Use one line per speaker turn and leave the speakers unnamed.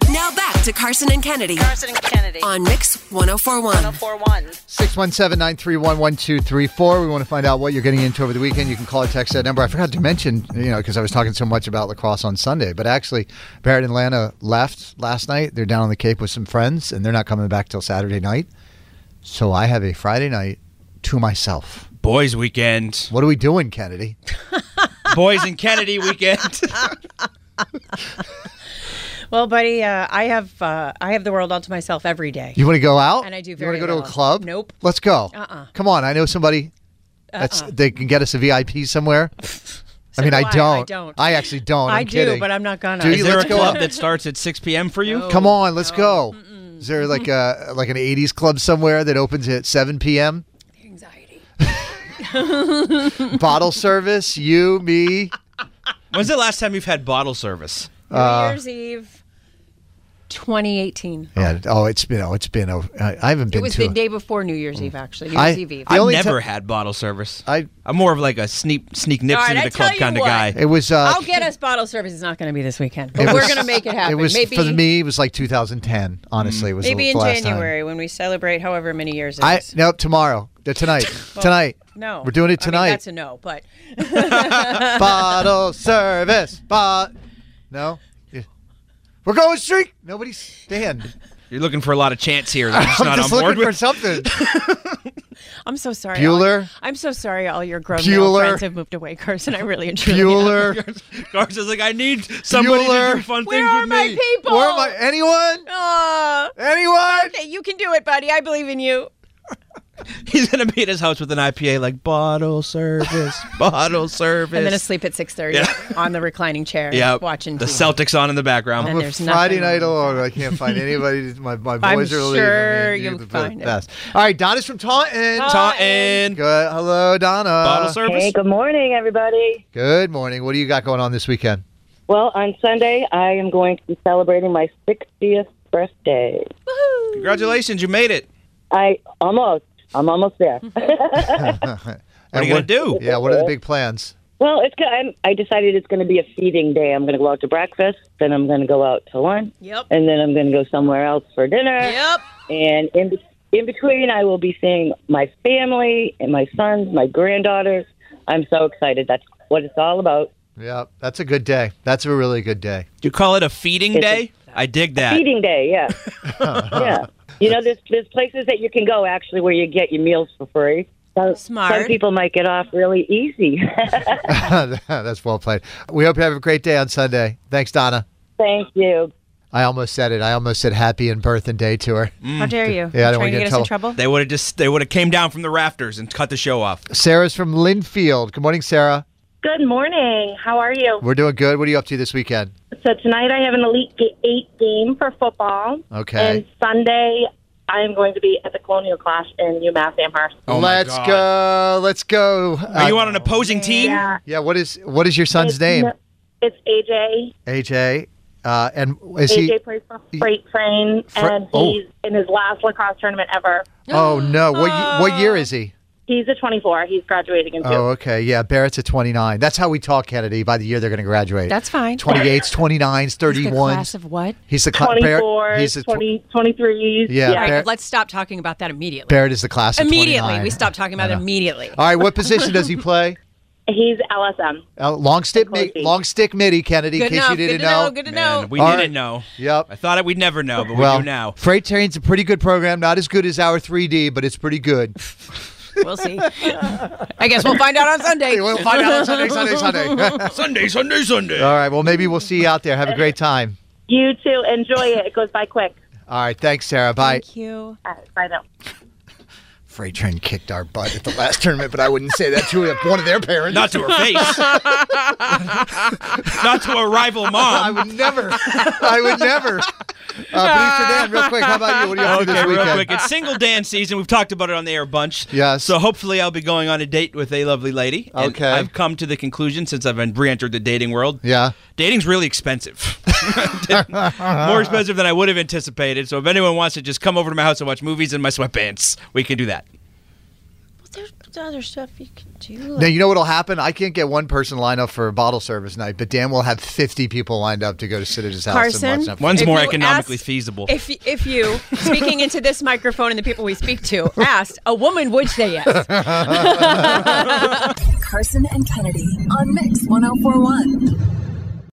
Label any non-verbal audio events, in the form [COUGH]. to Carson and Kennedy
Carson and Kennedy.
on Mix 1041.
1041.
617 931 1234. We want to find out what you're getting into over the weekend. You can call or text that number. I forgot to mention, you know, because I was talking so much about lacrosse on Sunday, but actually, Barrett and Lana left last night. They're down on the Cape with some friends, and they're not coming back till Saturday night. So I have a Friday night to myself.
Boys weekend.
What are we doing, Kennedy?
Boys and Kennedy weekend.
Well, buddy, uh, I have uh, I have the world all to myself every day.
You want to go out?
And I do
You want to
very
go to a
little.
club?
Nope.
Let's go.
Uh-uh.
Come on. I know somebody. That's they can get us a VIP
[LAUGHS]
somewhere. I mean,
do
I
I. I
don't.
don't.
I actually don't.
I
I'm
do,
kidding.
but I'm not gonna.
Do
Is
you-
there
Let's
a
go
club
out.
that starts at 6 p.m. for you?
Come on, let's go. Is there like a like an '80s club somewhere that opens at 7 p.m.
Anxiety.
[LAUGHS] Bottle service, you, me.
When's the last time you've had bottle service?
New
Uh,
Year's Eve, 2018.
Yeah. Oh, it's been. Oh, it's been. A, I, I haven't been
It was
to.
the day before New Year's Eve, actually. New
I-
Year's Eve Eve.
The
I've
only
never
ti-
had bottle service.
I.
I'm more of like a sneak sneak nips
All right,
into
I
the club
tell you
kind of
what.
guy.
It was. Uh,
I'll get us bottle service. It's not going to be this weekend, but
it
we're
was-
going to make it happen.
It was
maybe
for me. It was like 2010. Honestly, it was
maybe
the
in
last time.
January when we celebrate however many years. It
I
is.
no tomorrow. Uh,
[LAUGHS]
Tonight. tonight.
no,
We're doing it
I mean,
tonight.
that's a no, but
Bottle service. But no. Yeah. We're going streak. Nobody's stand.
You're looking for a lot of chance here. That I'm just
I'm
not
just
on
looking
board
for
with.
something.
I'm so sorry.
Bueller?
All, I'm so sorry. All your grown male
Bueller?
friends have moved away, [LAUGHS] Carson. I really and truly am.
Bueller.
[LAUGHS] Carson's like, I need somebody to do
Bueller.
fun
Where
things
are
with
my
me.
people? Ah.
Where am I? Anyone?
Aw.
Anyone?
Okay, you can do it, buddy. I believe in you.
[LAUGHS] He's gonna be at his house with an IPA, like bottle service, bottle service.
And then asleep at six [LAUGHS] thirty on the reclining chair,
Yep.
watching
the
TV.
Celtics on in the background.
And
I'm a
there's
Friday
nothing
night
wrong
alone. I can't
[LAUGHS]
find anybody. My, my
I'm
boys are leaving.
sure
me.
you'll
You're the
find it.
best. All right, Donna's from Taunton.
Taunton
Good. Hello, Donna.
bottle service.
Hey, good morning, everybody.
Good morning. What do you got going on this weekend?
Well, on Sunday, I am going to be celebrating my 60th birthday.
Congratulations, you made it.
I almost, I'm almost
[LAUGHS]
there.
What are you
And
gonna do?
Yeah, what are the big plans?
well, it's good. I'm, I decided it's going to be a feeding day. I'm going to go out to breakfast, then I'm going to go out to lunch,
Yep.
and then I'm going to go somewhere else for dinner.
Yep.
And in, be- in between, I will be seeing my family and my sons, my granddaughters. I'm so excited. That's what it's all about.
Yeah, that's a good day. That's a really good day. [LAUGHS]
You call it a feeding day? I dig that.
feeding day.
[LAUGHS]
Yeah, yeah. You know, there's there's places that you can go actually where you get your meals for free. Some,
Smart.
Some people might get off really easy. [LAUGHS]
that's well played. We hope you have a great day on Sunday. Thanks, Donna.
Thank you.
I almost said it. I almost said happy and birth and day to her.
How dare you?
Yeah, I don't wanna
Trying to
get
get
in
us in trouble.
They would have just they would have came down from the rafters and cut the show off.
Sarah's from Linfield. Good morning, Sarah.
Good morning. How are you?
We're doing good. What are you up to this weekend?
So tonight I have an Elite Ga- Eight game for football.
Okay.
And Sunday I am going to be at the Colonial Clash in UMass Amherst.
Oh my
let's
God.
go. Let's go. Uh,
Are you on an opposing team?
Yeah.
Yeah, what is what is your
It's-
son's name?
It's AJ.
AJ. Uh, and is
AJ
he?
plays for
he-
Freight Train,
Fre-
and he's
oh.
in his last lacrosse tournament ever.
Oh no! What y- what
Oh.
year is he?
He's a 24. He's graduating in two.
Oh, okay. Yeah, Barrett's at 29. That's how we talk, Kennedy. By the year they're going to graduate.
That's fine.
28s, 29s, 31s.
class of what?
He's the cla- Barrett-
24,
He's the tw-
20, 23s.
Yeah,
All right,
Barrett,
let's stop talking about that immediately.
Barrett is the class of
immediately,
29.
we stop talking about it immediately.
All right, what position does
[LAUGHS]
he play?
He's LSM.
Uh, long stick, mi-
Closey.
long stick midi, Kennedy.
Good
in case
enough.
you
Good
didn't
to know. Good to know.
Man, we
All
didn't
right.
know.
Yep.
I thought it, we'd never know, but
well,
we do now.
Freight Train's a pretty good program. Not as good as our 3D, but it's pretty good.
We'll see. I guess we'll find out on Sunday.
[LAUGHS] Hey, [LAUGHS] we'll find out on Sunday, [LAUGHS] Sunday, Sunday.
Sunday, Sunday, Sunday.
All right. Well, maybe we'll see you out there. Have a great time.
You too. Enjoy it. It goes by quick.
All right. Thanks, Sarah. Bye.
Thank you.
All right, bye now.
Freight Train kicked our butt at the last tournament, but I wouldn't say that to one of their parents.
Not to her face. Not to a
[LAUGHS]
rival
I
mom.
would [LAUGHS] never. I would never. Uh, Brie Fernand, real quick. How about you? What are you up to Oh, this
Okay,
weekend?
real quick. It's single dance season. We've talked about it on the air a bunch.
Yes.
So hopefully I'll be going on a date with a lovely lady. And
Okay.
I've come to the conclusion since I've been re-entered the dating world.
Yeah.
Dating's
[LAUGHS]
really expensive. More expensive than I would have anticipated. So if anyone wants to just come over to my house and watch movies in my sweatpants, we can do that.
there's other stuff you can do.
Now
Like,
you know what'll happen. I can't get one person lined up for a bottle service night, but Dan will have fifty people lined up to go to sit at his house and
Carson?
watch Netflix.
One's
If
more
you
economically
asked-
feasible.
if if you speaking into this microphone and the people we speak to asked, a woman would say yes.
Carson and Kennedy on Mix 1041.